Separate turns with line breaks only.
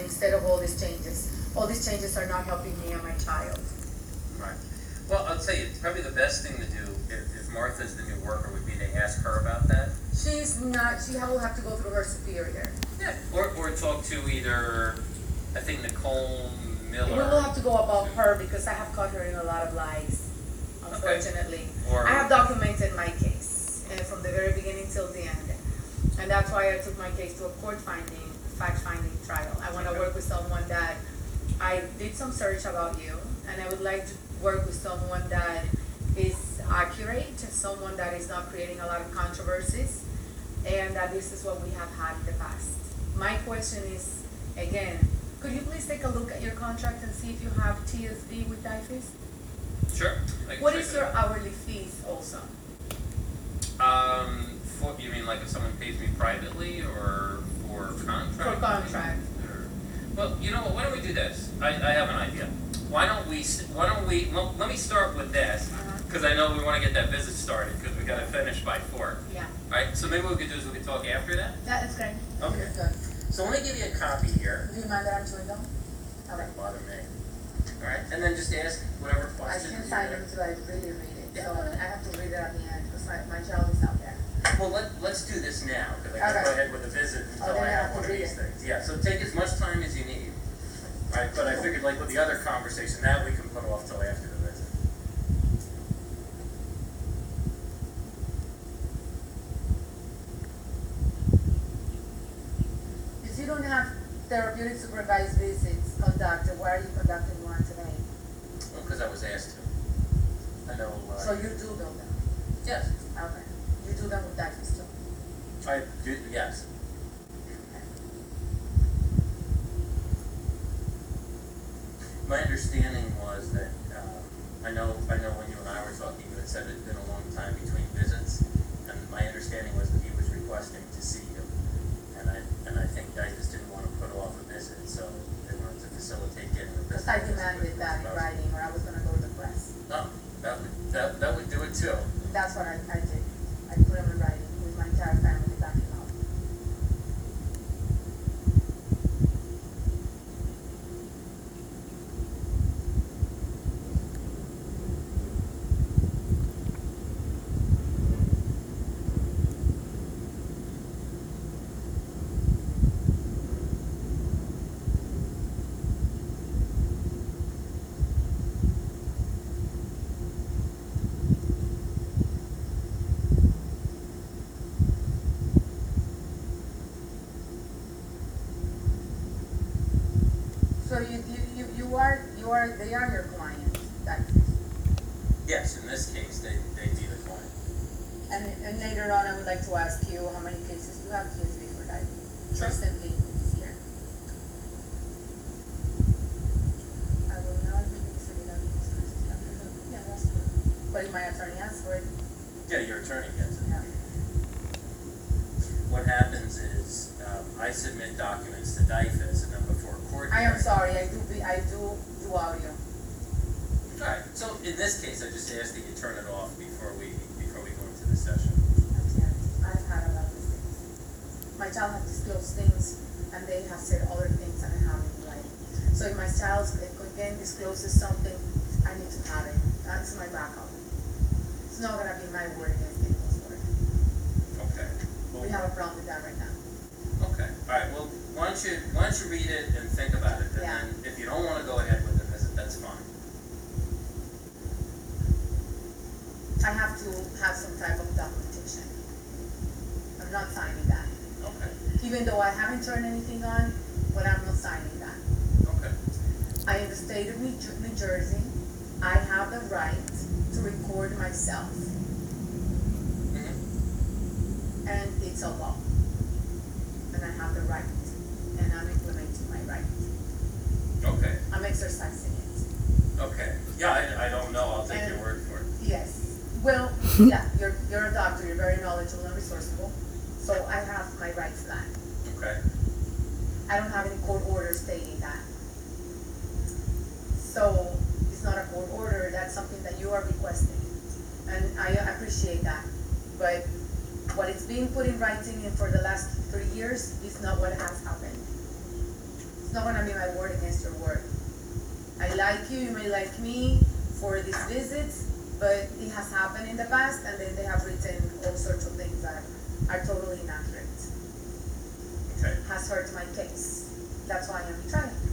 instead of all these changes. All these changes are not helping me and my child.
Right. Well, I'll tell you, it's probably the best thing to do if, if Martha's the new worker would be to ask her about that.
She's not, she will have to go through her superior.
Yeah. Or, or talk to either, I think Nicole
We will
Miller
have to go above her because I have caught her in a lot of lies, unfortunately.
or,
I have documented my case uh, from the very beginning till the end. And that's why I took my case to a court finding, fact finding trial. I want to work with someone that I did some search about you, and I would like to work with someone that is accurate, someone that is not creating a lot of controversies, and that this is what we have had in the past. My question is, again, could you please take a look at your contract and see if you have TSD with DIFIS?
sure. I can
What
check
is
it
your
out.
hourly fees also?
Um, for, you mean like if someone pays me privately or for contract?
For contract.
Or- Well, you know what, why don't we do this? I, I have an idea. Why don't we, s- why don't we, well, let me start with this, because I know we want to get that visit started, because we got to finish by four.
Yeah,
Alright, so maybe what we could do is we could talk after that?
that is great.
Okay. So let me give you a copy here.
Do you mind that I'm chewing gum? All right.
Doesn't bother me. Alright, and then just ask whatever
I
questions
can't
you have.
sign it until I really read it, so I have to read it on the end, because my, my child is out there.
Well, let, let's do this now, because I can go
Okay.
ahead with a visit until
then
I
I
have
have
one
to
of
read it.
these things. Yeah, so take as much time as you need. Alright, but I figured like with the other conversation, that we can put off till after the visit.
If you don't have therapeutic supervised visits conducted, why are you conducting one today?
Well, because I was asked to. I know,
So
uh,
you do know them,
yes,
okay, you do them with that system.
I do, yes. My understanding was that, um, I know, I know when you and I were talking, you had said it'd been a long time between visits, and my understanding was that he was requesting to see you. And I, and I think I just didn't wanna put off a visit, so they wanted to facilitate getting a visit.
Because I demanded that in writing, or I was gonna go to the press.
No, that would, that, that would do it too.
That's what I, I did, I put them in writing with my entire family back in law. So you, you, you, you are, you are, they are your clients, that's,
Yes, in this case, they, they need a client.
and, and later on, I would like to ask you, how many cases you have TSB for that?
Sure.
Recently this year. I will not be considering that because this is not good. Yeah, that's good. But if my attorney asks for it,
Yeah, your attorney gets it.
yeah.
What happens is, um, I submit documents to DIFAS and then before a court.
I am
hearing-
sorry, I do be, I do do audio.
Alright, so in this case, I just ask that you turn it off before we, before we go into the session.
I can't, I've had a lot of things. My child has disclosed things and they have said other things that I haven't like. So if my child again discloses something, I need to have it. That's my backup. It's not gonna be my word against anyone's word.
Okay.
We
Well,
have a problem with that right now.
okay, alright, well, why don't you, why don't you read it and think about it, and
Yeah.
then if you don't wanna go ahead with the visit, that's fine.
I have to have some type of documentation. I'm not signing that.
Okay,
Even though I haven't turned anything on, but I'm not signing that.
okay.
I am the state of New Jer- New Jersey. I have the right to record myself,
Mhm.
and it's a law. And I have the right, and I'm implementing my right.
Okay,
I'm exercising it.
okay. Yeah, I, I don't know, I'll take your
And-
word for it.
Yes. Well, yeah, you're, you're a doctor, you're very knowledgeable and resourceful, so I have my rights back.
Okay,
I don't have any court order stating that. So it's not a court order, that's something that you are requesting. And I appreciate that, but what is being put in writing in for the last three years is not what has happened. not gonna be my word against your word. I like you, you may like me for these visits, but it has happened in the past, and then they have written all sorts of things that are totally inaccurate.
Okay,
Has hurt my case. That's why I'm trying.